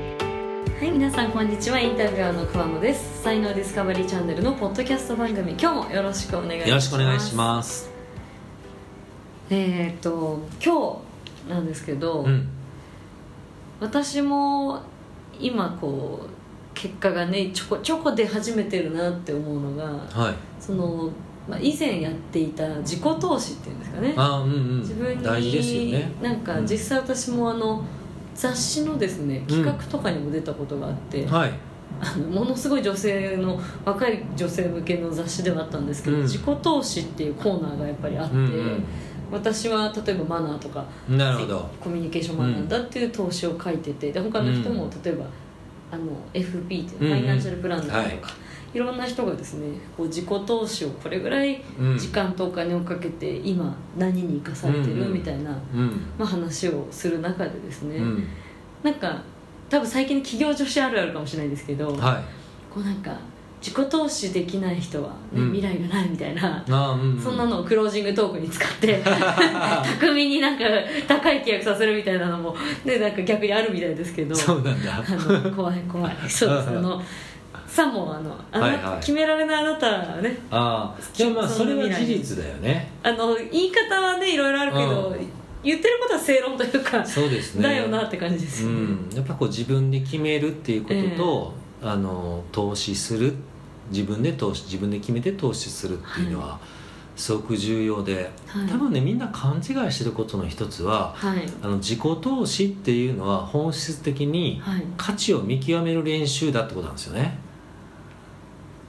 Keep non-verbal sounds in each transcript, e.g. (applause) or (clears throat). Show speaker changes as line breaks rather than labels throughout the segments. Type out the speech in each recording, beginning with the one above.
はい皆さんこんにちはインタビュアーの桑野です才能ディスカバリーチャンネルのポッドキャスト番組今日もよろしくお願いします
よろしくお願いします
えーっと今日なんですけど、
うん
私も今こう結果がねちょこちょこ出始めてるなって思うのが
はい
その、まあ、以前やっていた自己投資っていうんですかね
あーうん
自
う
分
ん
に
大事ですよね
なんか
うん
実際私もあの雑誌のですね企画とかにも出たことがあって、
はい
あのものすごい女性の若い女性向けの雑誌ではあったんですけど、
うん
自己投資っていうコーナーがやっぱりあって、
うん
私は例えばマナーとか
うんなるほど
コミュニケーションマナーだっていう投資を書いててで他の人も例えば、あの FP っていう
うん
フ
うん
ァイナンシャルプランナーとか、
はい
い、ろんな人がですねこう自己投資をこれぐらい
うん
時間とお金をかけて今何に生かされて
うんう
る
ん
みたいな、
うん
まあ、話をする中でですね、
うん
なんか多分最近の企業女子あるあるかもしれないですけど、
はい
こうなんか自己投資できない人は、ね
うん
未来がないみたいな、
あーうん
そんなのをクロージングトークに使って
(laughs)
巧みになんか高い契約させるみたいなのも、ね、なんか逆にあるみたいですけど
そうな
(laughs)
んだ
あの怖い怖
(laughs)
いそうですあのさもあのあの、
はいはい
決められないあなたはね
あーじゃあまあ
そ
そ
んな
れは
未来
事実だよね
あの言い方はねいろいろあるけど、
うん
言ってることは正論というか、
そうですね
だよなって感じですよ
う
ね、
んやっぱこう自分で決めるっていうこととあの投資する自分で投資自分で決めて投資するっていうのはすごく重要で
はい
多分ねみんな勘違いしてることの一つは
はい
あの自己投資っていうのは本質的に
はい
価値を見極める練習だってことなんですよね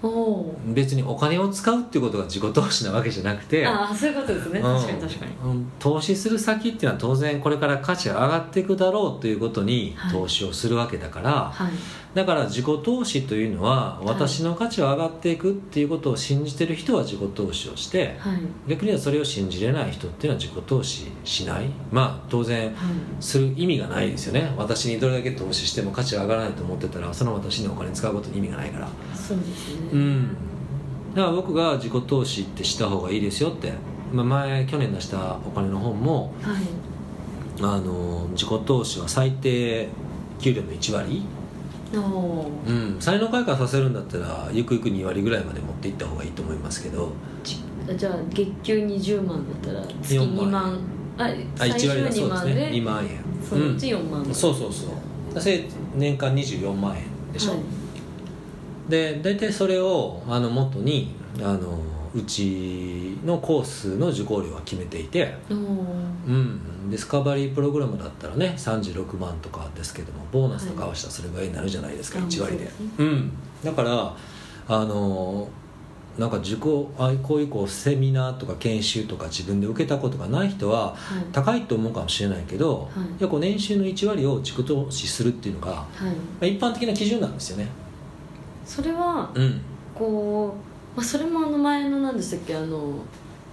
おおー
別にお金を使うっていうことが自己投資なわけじゃなくて
ああそういうことですね確かに確かに、
うんうん投資する先っていうのは当然これから価値が上がっていくだろうということに
はい
投資をするわけだか
は
ら、
い
だから自己投資というのは私の価値は上がっていくっていうことを信じてる人は自己投資をして
はい
逆にはそれを信じれない人っていうのは自己投資しないまあ当然
はい
する意味がないですよね私にどれだけ投資しても価値が上がらないと思ってたらその私にお金使うことに意味がないから
そうですね、
うんだから僕が自己投資ってした方がいいですよって、まあ、前去年出したお金の本も
はい
あの自己投資は最低給料の1割、
おお
うん、才能開花させるんだったらゆくゆく2割ぐらいまで持っていった方がいいと思いますけど
ーじゃあ月給20万だったら月2万あ
あ
最
1
終
割だそ
2
うです
万
ね
で
2万円
そのうち4万
うん、
で
そうそうそうそれ年間24万円でしょ、
はい
で大体それをあの元にあのうちのコースの受講料は決めていて、
おー
うん、ディスカバリープログラムだったらね36万とかですけどもボーナスとか合わせたらそれぐらいになるじゃないですか、
はい
1割
そうで
で
すね
うん、だからあのなんか受講あこういうこうセミナーとか研修とか自分で受けたことがない人は
はい
高いと思うかもしれないけど、
はい
やっぱこう年収の1割を自己投資するっていうのがま
はい
あ一般的な基準なんですよね
それは
うん
こう、まあ、それもあの前の何でしたっけあの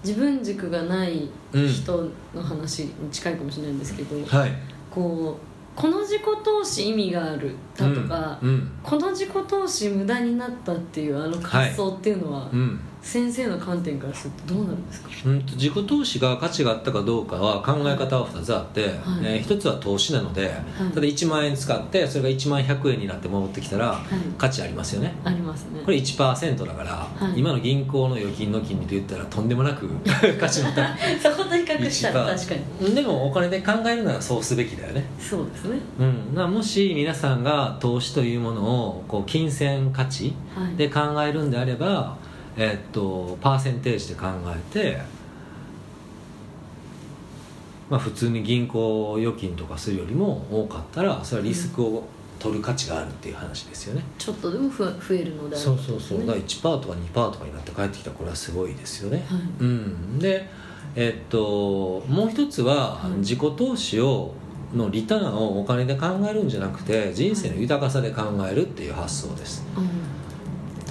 自分軸がない
うん
人の話に近いかもしれないんですけど、
はい
こうこの自己投資意味があるだとか、
うんうん
この自己投資無駄になったっていうあの発想っていうのは、
うん
先生の観点からするとどうなるんですか
うんと自己投資が価値があったかどうかは考え方は2つあって、え1つは投資なので、ただ1万円使ってそれが1万100円になって戻ってきたら価値ありますよね
ありますね
これ1%だから、
い
今の銀行の預金の金利で言ったらとんでもなく (laughs) 価値の高い
そこと比較したら確かに
にでもお金で考えるならそうすべきだよね
そうですね
うん、だからもし皆さんが投資というものをこう金銭価値
はい
で考えるんであれば、えっとパーセンテージで考えて、まあ、普通に銀行預金とかするよりも多かったらそれはリスクを取る価値があるっていう話ですよね、
ちょっとでもふ増えるのであれば
そうそうそうだから1%とか2%とかになって帰ってきたらこれはすごいですよね、
はい
うん、でえっともう一つは
はい
自己投資をのリターンをお金で考えるんじゃなくて人生の豊かさで考えるっていう発想です
うん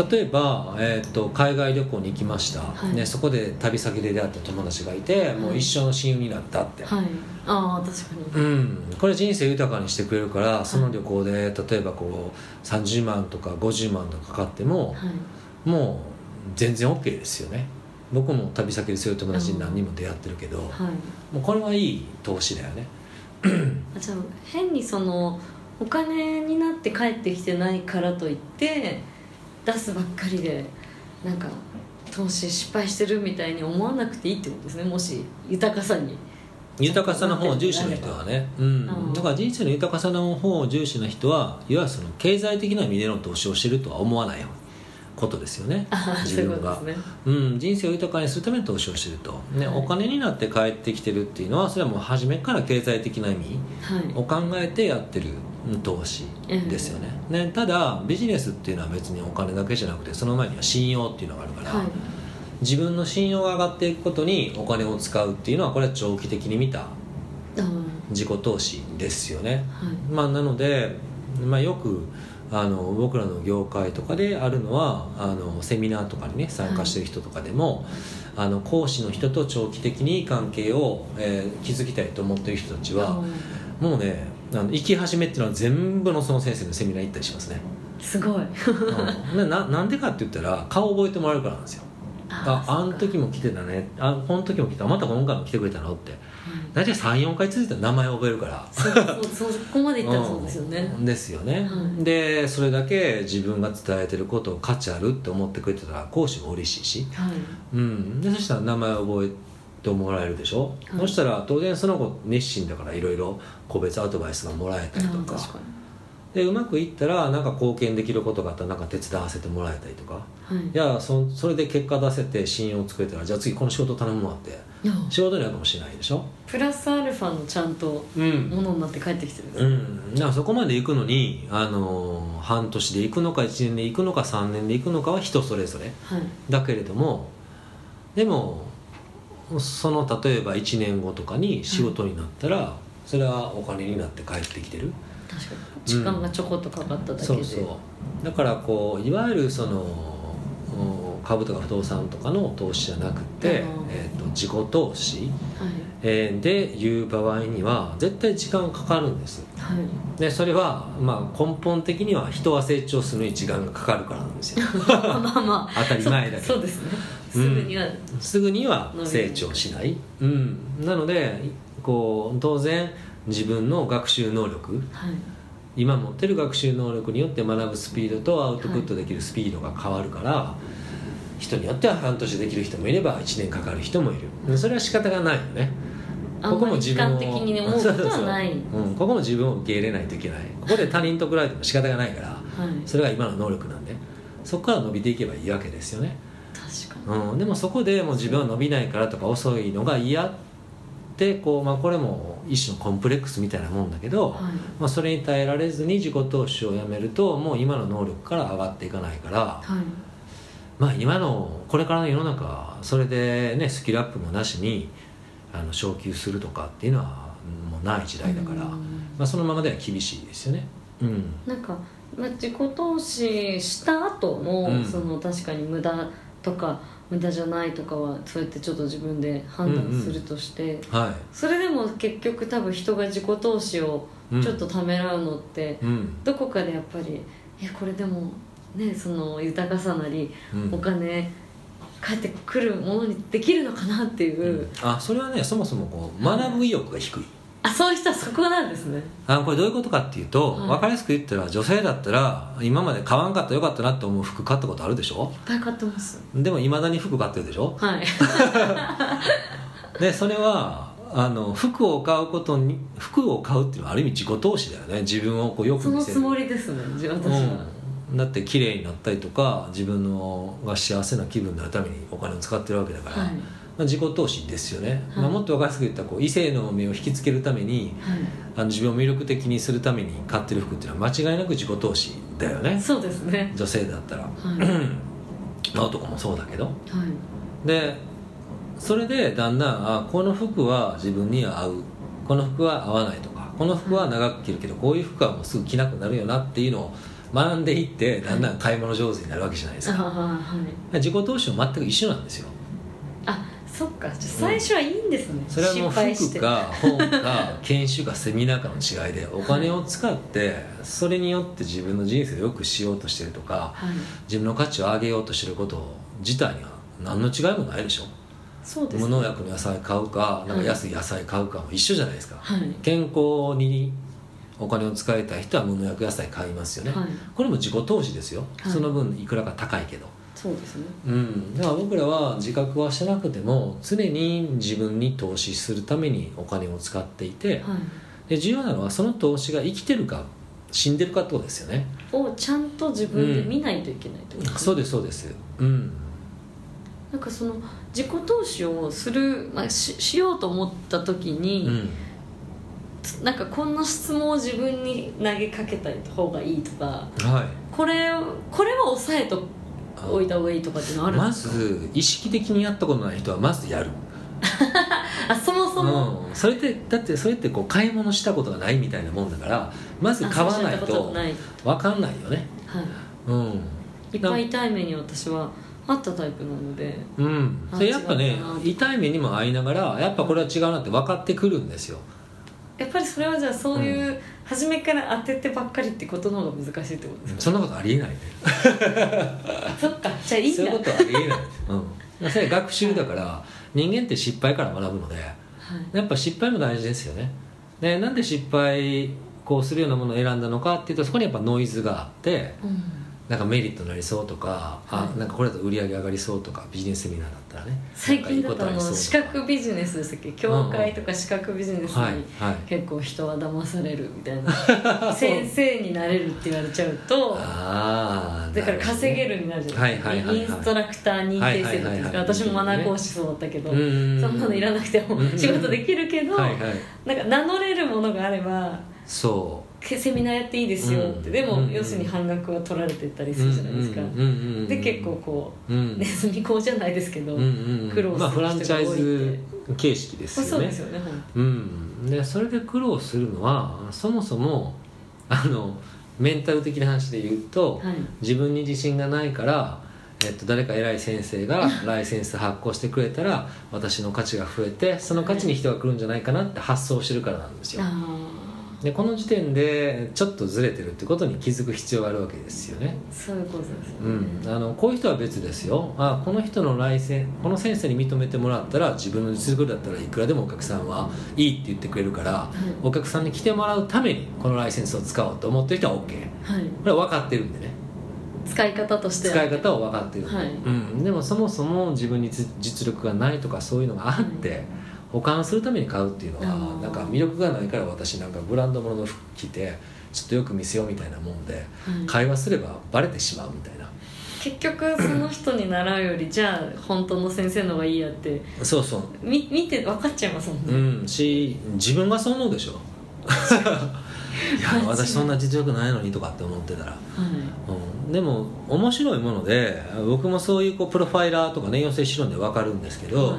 例えば、えっと海外旅行に行きました、
はい
ね、そこで旅先で出会った友達がいて、もう一生の親友になったって、
はいああ確かに
うん、これ人生豊かにしてくれるからその旅行で例えばこう30万とか50万とかかかっても、
はい
もう全然 OK ですよね僕も旅先でそういう友達に何人も出会ってるけど、
はい
もうこれはいい投資だよね
あじゃあ変にそのお金になって帰ってきてないからといって出すばっかりでなんか投資失敗してるみたいに思わなくていいってことですねもし豊かさに
豊かさの方を重視の人はね、うん
うん
だから人生の豊かさの方を重視の人はいわゆるその経済的な意味での投資をしてるとは思わないようなことですよね
ああそう
自
いうこ
分
と
が
ですね
うん、人生を豊かにするために投資をしてると、ね
はい
お金になって帰ってきてるっていうのはそれはもう初めから経済的な意味
はい
を考えてやってるうん投資ですよね,、ねただビジネスっていうのは別にお金だけじゃなくてその前には信用っていうのがあるから、
はい
自分の信用が上がっていくことにお金を使うっていうのはこれは長期的に見た
ああ
自己投資ですよね、
はい
まあ、なので、まあ、よくあの僕らの業界とかであるのはあのセミナーとかにね参加してる人とかでも、あの講師の人と長期的に関係を、えー築きたいと思ってる人たちはもうねあの行き始めっていうのは全部のその先生のセミナー行ったりしますね、
あすごい
うんなななんでかって言ったら顔覚えてもらえるからなんですよああ
そ
の
っか
時も来てたねあこの時も来たまた今回も来てくれたのって
はい
大体34回続いたら名前覚えるから
そうそうそこまでいったらそうですよね、
うんですよね、
はい
でそれだけ自分が伝えてることを価値あるって思ってくれてたら講師も嬉しいし、
はい
うん、でそしたら名前を覚えてもらえるでしょ、
はい
そしたら当然その子熱心だからいろいろ個別アドバイスがもらえたりと
うん
か
確か
でうまくいったらなんか貢献できることがあったらなんか手伝わせてもらえたりとか
にはい
いやそそれで結果出せて信用を作れたらじゃあ次この仕事頼むわって
いや
仕事になるかもしれないでしょ
プラスアルファのちゃんと
うん
ものになって帰ってきてるんです、
うん、だからそこまで行くのに、あのー半年で行くのか1年で行くのか3年で行くのかは人それぞれ
はい
だけれどもでもその例えば1年後とかに仕事になったら、それはお金になって帰ってきてる
確かに時間がちょこっとかかっただけで、
そうそうだからこういわゆるそのうん株とか不動産とかの投資じゃなくて、
あのー
えー、と自己投資、
はい
えーでいう場合には絶対時間かかるんです (laughs)
はい
でそれはまあ根本的には人は成長するのに時間がかかるからな
(laughs)
んですよ
まあまあまあ
当たり前だけ
そ
ど
うですね
う
す
ん
ぐには、
すぐには成長しない、うん、なのでこう当然自分の学習能力
はい
今持ってる学習能力によって学ぶスピードとアウトプットできるスピードが変わるから、人によっては半年できる人もいれば1年かかる人もいるでそれは仕方がないよね
あんまり悲観的
(laughs)
に思うことはない
そうそうそううん、ここも自分を受け入れないといけないここで他人と比べても仕方がないから
はい
それが今の能力なんでそこから伸びていけばいいわけですよね、
確か
うん、でもそこでもう自分は伸びないからとか遅いのが嫌ってこう、まあ、これも一種のコンプレックスみたいなもんだけど、
にはい
まあ、それに耐えられずに自己投資をやめるともう今の能力から上がっていかないから、
はい
まあ、今のこれからの世の中はそれで、ね、スキルアップもなしにあの昇給するとかっていうのはもうない時代だから、
う
ま
ん
あ、そのままでは厳しいですよね。うん
なんか、まあ、自己投資した後の、
うん
その確かに無駄とか無駄じゃないとかはそうやってちょっと自分で判
うんうん
断するとして、
は
それでも結局多分人が自己投資を
い、うん
ちょっとためらうのって、
うん
どこかでやっぱりえこれでもねその豊かさなり
うん
お金返ってくるものにできるのかなっていうう、
んあそれはねそもそもこう学ぶ意欲が低い
あそういう人はそこなんですね
あこれどういうことかっていうと、
はい
分かりやすく言ったら女性だったら今まで買わんかったらよかったなって思う服買ったことあるでしょ
いっぱい買ってます
でもいまだに服買ってるでしょ
はい
でそれはあの服を買うことに服を買うっていうのはある意味自己投資だよね自分をこうよく
そ
見
の
せ
つ
る
もりですねじ私は、
うん、だって綺麗になったりとか自分のが幸せな気分になるためにお金を使ってるわけだから、
はい
まあ、自己投資ですよね、
はい
まあ、もっと分かりやすく言ったらこう異性の目を引きつけるために
は
あの自分を魅力的にするために買ってる服っていうのは間違いなく自己投資だよ
い
ね
そうですね
女性だったら、
はい
まあ男もそうだけど
はい
でそれでだんだんあこの服は自分には合うこの服は合わないとかこの服は長く着るけどこういう服はもうすぐ着なくなるよなっていうのを学んでいってだんだん買い物上手になるわけじゃないです
あ
か、
はい
自己投資も全く一緒なんですよ
あそっかじゃあ最初はいいんですね、
それはもう
失敗し
服
て
か本か研修かセミナーかの違いでお金を使ってそれによって自分の人生を良くしようとしてるとか
はい
自分の価値を上げようとしてること自体には何の違いもないでしょ
そうです
無
ね
農薬の野菜買うかな
は
んか
い
安い野菜買うかも一緒じゃないですか、
はい
健康にお金を使いたい人は無農薬野菜買いますよね、
はい
これも自己投資ですよ、
はい
その分いくらか高いけど
そうですね
うん、だから僕らは自覚はしてなくても常に自分に投資するためにお金を使っていて、
はい
で重要なのはその投資が生きてるか死んでるかってことですよね、
をちゃんと自分で見ないといけないってことですね
そうですそうですうん
なんかその自己投資をする、まあ、ししようと思った時
う
に、
ん
つなんかこんな質問を自分に投げかけた方がいいとか
はい
これこれは抑えと
あ
おいた方がいいとかっていうのあるん
ま
ですか、
ず意識的にやったことない人はまずやる
あそもそも、
うん、それってだってそれってこう買い物したことがないみたいなもんだからまず
あ
買わない
そうしたこと
と
ない、
分かんないよね
は
うん
い、いっぱい痛い目に私はあったタイプなので
うん、
あ
でやっぱ
違
ね
うな
痛い目にも遭いながらやっぱこれは違うなって分かってくるんですよ
やっぱりそれはじゃあそういう、初めから当ててばっかりってことの方が難しいってことです
そんなことありえないね
かそっかじゃあいいん
(laughs) そう
だ
いうことはありえない、
(laughs)
うん、それ学習だから人間って失敗から学ぶので
はい
やっぱ失敗も大事ですよねでなんで失敗こうするようなものを選んだのかっていうとそこにやっぱノイズがあって
うん
なんかメリットになりそうとか、
は
あ
い
なんかこれだと売り上げ上がりそうとかビジネスセミナーだったらね
最近だとあ
なん
の
かいいことあり
資
そうとか
格ビジネスでしたっけ教会とか資格ビジネス
はい
に
はい
結構人は騙されるみ
(laughs)
たいな先生になれるって言われちゃうと
ああ
だから稼げ
る
るになるじゃないですか、
はいはいはい
イ
はい
ンストラクター認定制度っていうんですか、
はいはいはいはい
私もマナー講師そうだったけど、
うんうんうん
そんなのいらなくても
うんうん
仕事できるけど、
はいはい
なんか名乗れるものがあれば
そう
けセミナーやっていいですよって、
うん
でも、
うん
要するに半額は取られてったりするじゃないですか、
うんうんうんうん
で結構こ
う
うんネズミ講じゃないですけど、
うんうん
苦労する人が多いって
まあフランチャイズ形式です
まあ
よね
そうですよね本当
うん、でそれで苦労するのはそもそもあのメンタル的な話で言うと、
はい
自分に自信がないから、えっと、誰か偉い先生がライセンス発行してくれたら私の価値が増えてその価値に人が来るんじゃないかなって発想してるからなんですよ。
あ
でこの時点でちょっとずれてるってことに気づく必要があるわけですよね。
あそういうことですよね、
うん、あのこういう人は別ですよあこの人の来世この先生に認めてもらったら自分の実力だったらいくらでもお客さんはいいって言ってくれるから、お客さんに来てもらうためにこのライセンスを使おうと思ってる人は OK こ
はい、
れは分かってるんでね
使い方として
使い方を分かってるんで、
はい
うん、でもそもそも自分に実実力がないとかそういうのがあって、保管するために買うっていうの
あ
は
ー
なんか魅力がないから私なんかブランド物のの服着てちょっとよく見せようみたいなもんで
はい
会話すればバレてしまうみたいな
結局その人に習うよりじゃあ本当の先生の方がいいやって
そうそう
み見て分かっちゃいますもんね、
うんし自分がそう思う
(laughs)
でしょい
間違
や
い
私そんな実力ないのにとかって思ってたら、
は
うん、でも面白いもので僕もそういうこうプロファイラーとかね養成資料で分かるんですけ
い、
ど、
はい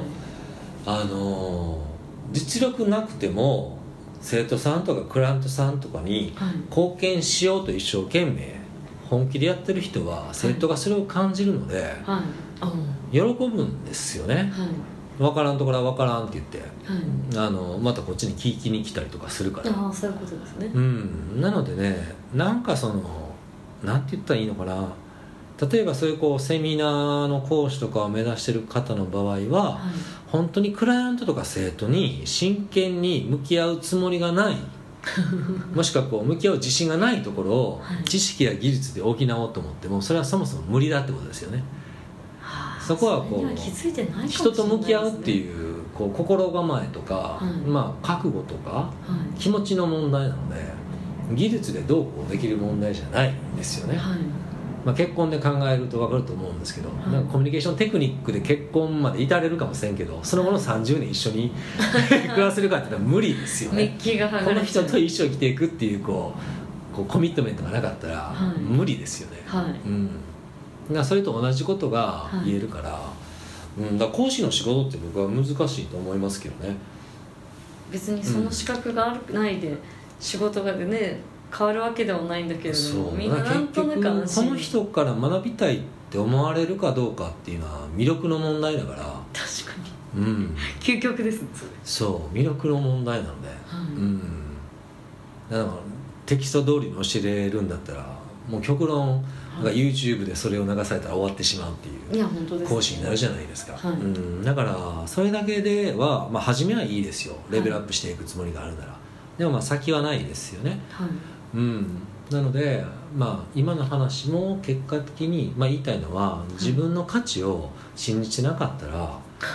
あのー実力なくても生徒さんとかクライアントさんとかに
はい
貢献しようと一生懸命本気でやってる人は生徒がそれを感じるので
はいあもう
喜ぶんですよね
はい
分からんところは分からんって言って
はい
あのまたこっちに聞きに来たりとかするから
ああそういうことですね
うんなのでねなんかそのなんて言ったらいいのかな例えばそういうこうセミナーの講師とかを目指してる方の場合は
はい
本当にクライアントとか生徒に真剣に向き合うつもりがない
(laughs)
もしくはこう向き合う自信がないところを
はい
知識や技術で補おうと思ってもそれはそもそも無理だってことですよね
はあ
そこはこう
れに気づいてないかもしれない
人
ですね
と向き合うっていうこう心構えとか、
はい
まあ覚悟とか
は
気持ちの問題なので技術でどうこうできる問題じゃないんですよ
い
ね、
はい
まあ、結婚で考えると分かると思うんですけど、
はい
なんかコミュニケーションテクニックで結婚まで至れるかもしれんけどその後の30年一緒
(laughs)
に暮らせるかって言ったら無理ですよ
メ
ね
ッキが剥
こ
が
の
れちゃ
人
う
と一生生きていくっていうこうこうコミットメントがなかったら
はい
無理ですよね、
はい
うん、だからそれと同じことが
はい
言えるから,、うん、だから講師の仕事って僕は難しいと思いますけどね
別にその資格があるないで仕事がね変わるわけではないんだけれどもみんななんとなく安
結
心
局この人から学びたいって思われるかどうかっていうのは魅力の問題だから
確かに
うん
究極ですねそれ
そう魅力の問題なので、
はい
うんだからテキスト通りに教えれるんだったらもう極論、が YouTube でそれを流されたら終わってしまうっていう
いや本当です
講師になるじゃないですか、
はい
うん、だからそれだけでは、まあ、初めはいいですよレベルアップしていくつもりがあるなら、でもまあ先はないですよね、
はい
うん、なので、まあ、今の話も結果的に、まあ、言いたいのは自分の価値を信じてなかったら
確か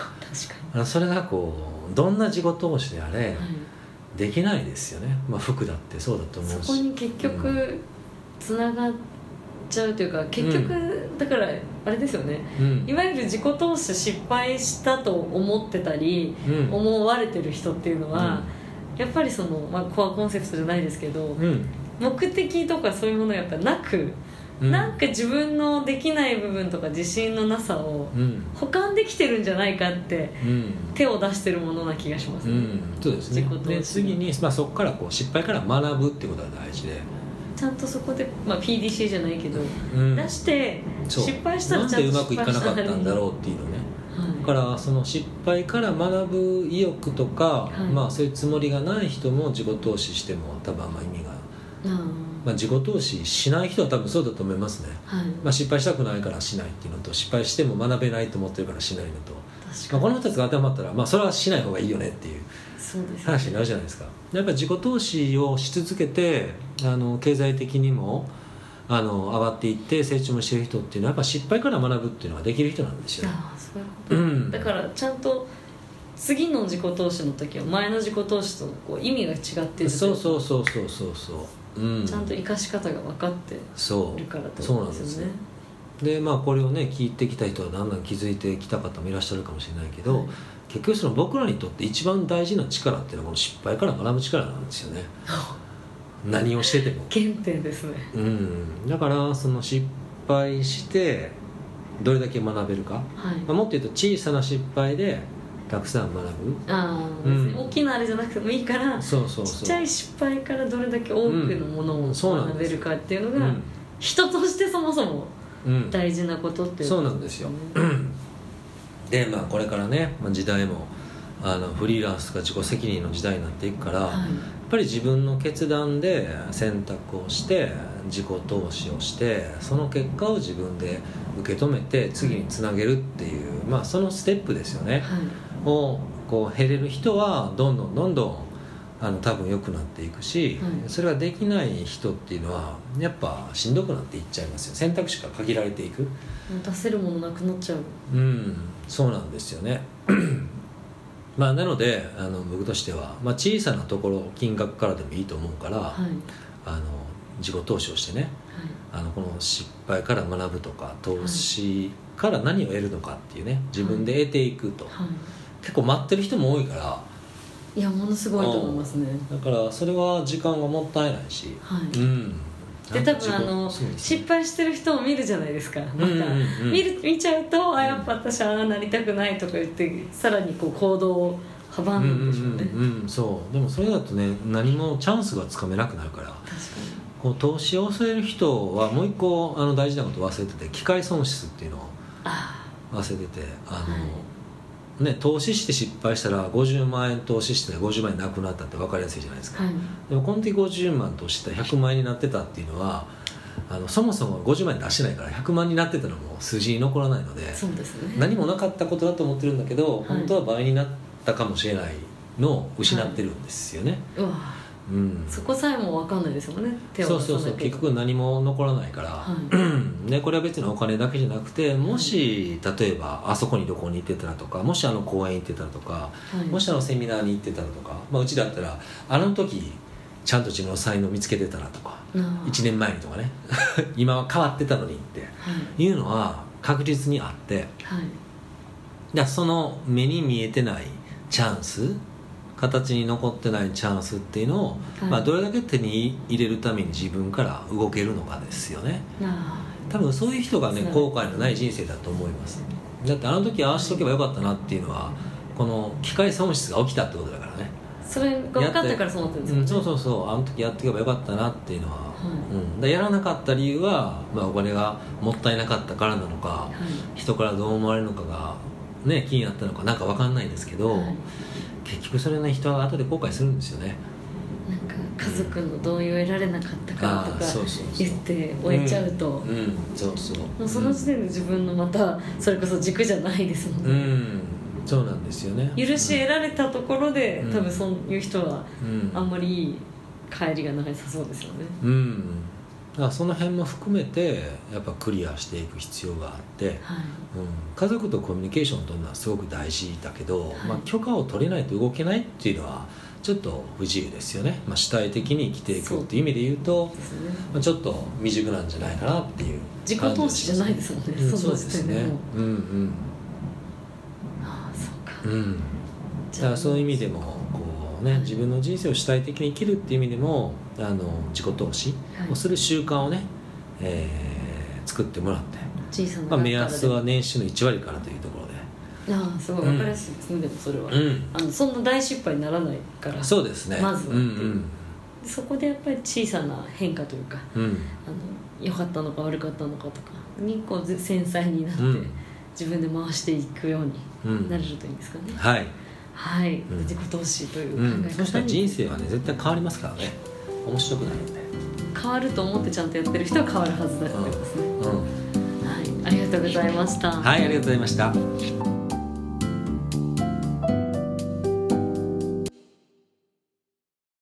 あのそれがこうどんな自己投資であれ
に、はい
できないですよね、まあ、服だってそうだと思う
そこ
し
に結
う
局つながっちゃうというか結局、だからあれですよね
うん
いわゆる自己投資失敗したと思ってたり
うん
思われてる人っていうのは、やっぱりその、まあ、コアコンセプトじゃないですけど、
うん
目的とかそういうものやっぱなく、
うん
なんか自分のできない部分とか自信のなさを
うん
保管できてるんじゃないかって
うん
手を出してるものな気がします
う
ね、
ん、そうですね
自己投資
で次に、まあ、そこからこう失敗から学ぶってことが大事で、
ちゃんとそこで、まあ、PDC じゃないけど、
うん、
出して
そう
失敗したらちゃんと
なんでうまくいかなかったんだろうっていうのねだからその失敗から学ぶ意欲とか、
はい
まあ、そういうつもりがない人も自己投資しても多分あんま意味が、
う、はい
まあ、自己投資しない人は多分そうだと思いますね、
あーはい
まあ、失敗したくないからしないっていうのと失敗しても学べないと思ってるからしないのと、ま
確
あ、
か
この2つが当てはまったら、まあ、それはしない方がいいよねっていう
に
(laughs)
そうですね
話になるじゃないですかやっぱり自己投資をし続けてあの経済的にもあの上がっていって成長もしてる人っていうのはやっぱ失敗から学ぶっていうのができる人なんですよ、
ああそういうこと
うん、
だからちゃんと次の自己投資の時は前の自己投資とこう意味が違ってる
そう
う
そうそうそうそうそう、うん、
ちゃんと生かし方が分かって
そ
るからってこ
うそう
と
なん
で
です
す
ね
よね
でまあこれをね聞いてきた人はだんだん気づいてきた方もいらっしゃるかもしれないけど、
はい
結局その僕らにとって一番大事な力っていうのはこの失敗から学ぶ力なんです
(laughs)
よね何をしてても
原点ですね
うん、だからその失敗してどれだけ学べるか、ま
はい
あ、もっと言うと小さな失敗でたくさん学ぶ
ああ、
うん
大きなあれじゃなくてもいいから
そうそう
ち
そう
っちゃい失敗からどれだけ多くのもの
う
を
んそうなん
学
で
べ
す
るかっていう
う
のが、
ん
人としてそもそも
うん、
大事なことっていう
そうなんですよ
うん
でまあこれからね、まあ、時代もあのフリーランスとか自己責任の時代になっていくから、や
は
っ
い
ぱり自分の決断で選択をして自己投資をしてその結果を自分で受け止めて次につなげるっていう、まあ、そのステップですよ
は
ね、
い
をこう減れる人はどんどんどんどんあの多分良くなっていくし、
はい
それができない人っていうのはやっぱしんどくなっていっちゃいますよ選択肢が限られていく
もう出せるものなくなっちゃう
うんそうなんですよね (clears throat) まあなのであの僕としては、まあ、小さなところ金額からでもいいと思うから、
はいはい
あの自己投資をしてねあのこの失敗から学ぶとか投資から何を得るのかっていうね自分で得ていくと、
は
結構待ってる人も多いから
いいやものすごいと思いますね
だからそれは時間がもったいないし、
はい
うん
で多分あ
なん
の
か自己そうですね
失敗してる人を見るじゃないですかまた、
うんうんうん
見る見ちゃうとあやっぱ私はああなりたくないとか言ってさらにこう行動を阻
うん
むんでしょうね、
うんうんうんそうでもそれだとね何もチャンスがつかめなくなるから
確か
こう投資を忘れる人はもう一個あの大事なことを忘れてて機械損失っていうのを
にあ
忘れててあの、
は
ね、投資して失敗したら50万円投資して50万円なくなったって分かりやすいじゃないですか
あはい
でもこの時50万として100万円になってたっていうのはあのそもそも50万円出してないから100万円になってたのも数字に残らないので
そうですね
何もなかったことだと思ってるんだけど、
はい
本当は倍になったかもしれないのを失ってるんですよね、
うわ
うん
そこさえも分かんないですもんね手
そ
を
う
出
そう
さ
そ
な
う
きゃい
結
けない
局何も残らないから、
は
でこれは別にお金だけじゃなくてもし例えばあそこに旅行に行ってたらとかもしあの公園行ってたらとか
い、はい、
もしあのセミナーに行ってたらとか、まあ、うちだったらあの時ちゃんと自分の才能見つけてたらとか
ああ
1年前にとかね (laughs) 今は変わってたのにって
はい
いうのは確実にあって
はい
だその目に見えてないチャンス形に残ってないチャンスっていうのを、
はい
まあ、どれだけ手に入れるために自分から動けるのかですよね
あ
多分そういう人がね
そう
後悔のない人生だと思いますだってあの時ああしとけばよかったなっていうのはこの機械損失が起きたってことだからね
あそれが分かったからそうなってるんです
う
よ
ん
ね
そうそうそうあの時やっておけばよかったなっていうのは、
い
うん、でやらなかった理由は、まあ、お金がもったいなかったからなのか、
はい
人からどう思われるのかが、ね、気になったのかなんか分かんないですけど、
はい
結局それね人は後で後悔するんですよね
なんか家族の同意を得られなかったからと
ー
か
そうそうそう
言って終えちゃうと、
うん、うんそうそう
もうその時点で自分のまたそれこそ軸じゃないですもん
う
ね、
んそうなんですよね
許し得られたところで、
うん
多分そういう人は
うん
あんまりいい帰りが長いさそうですよね
うんだからその辺も含めてやっぱクリアしていく必要があって、
はい
うん、家族とコミュニケーションを取るのはすごく大事だけど、
い
まあ、許可を取れないと動けないっていうのはちょっと不自由ですよね、まあ、主体的に生きていくっていう意味で言うと
ですね
まあ、ちょっと未熟なんじゃないかなっていう
自己投資じゃないですもんね
うん、
そ
そう
の
で
時
す
点で
ね
もう
うん
ああそうか
うんうんだ
じ
か
ゃ
ら
あ
そういう意味でもこうね自分の人生を主体的に生きるっていう意味でもあの自己投資をする習慣をね、えー作ってもらって、
小さな
まあ、目安
あ
は年収の1割からというとこ
あすごい分かりやすいですね、でもそれは、
ろでうん
あのそんな大失敗にならないから
そうですね
まずは
うん
そこでやっぱり小さな変化というか
うんうん
あの良かったのか悪かったのかとかにこうず繊細になって、
うん
自分で回していくように
うん
なれるといいんですかね、
はい、
はい、
ん
自己投資という考
う
え方に、
ん、そしたら人生はね絶対変わりますからね面白くなるんで、
変わると思ってちゃんとやってる人は変わるはずだってことですね、
うん、
はいありがとうございました
はいありがとうございました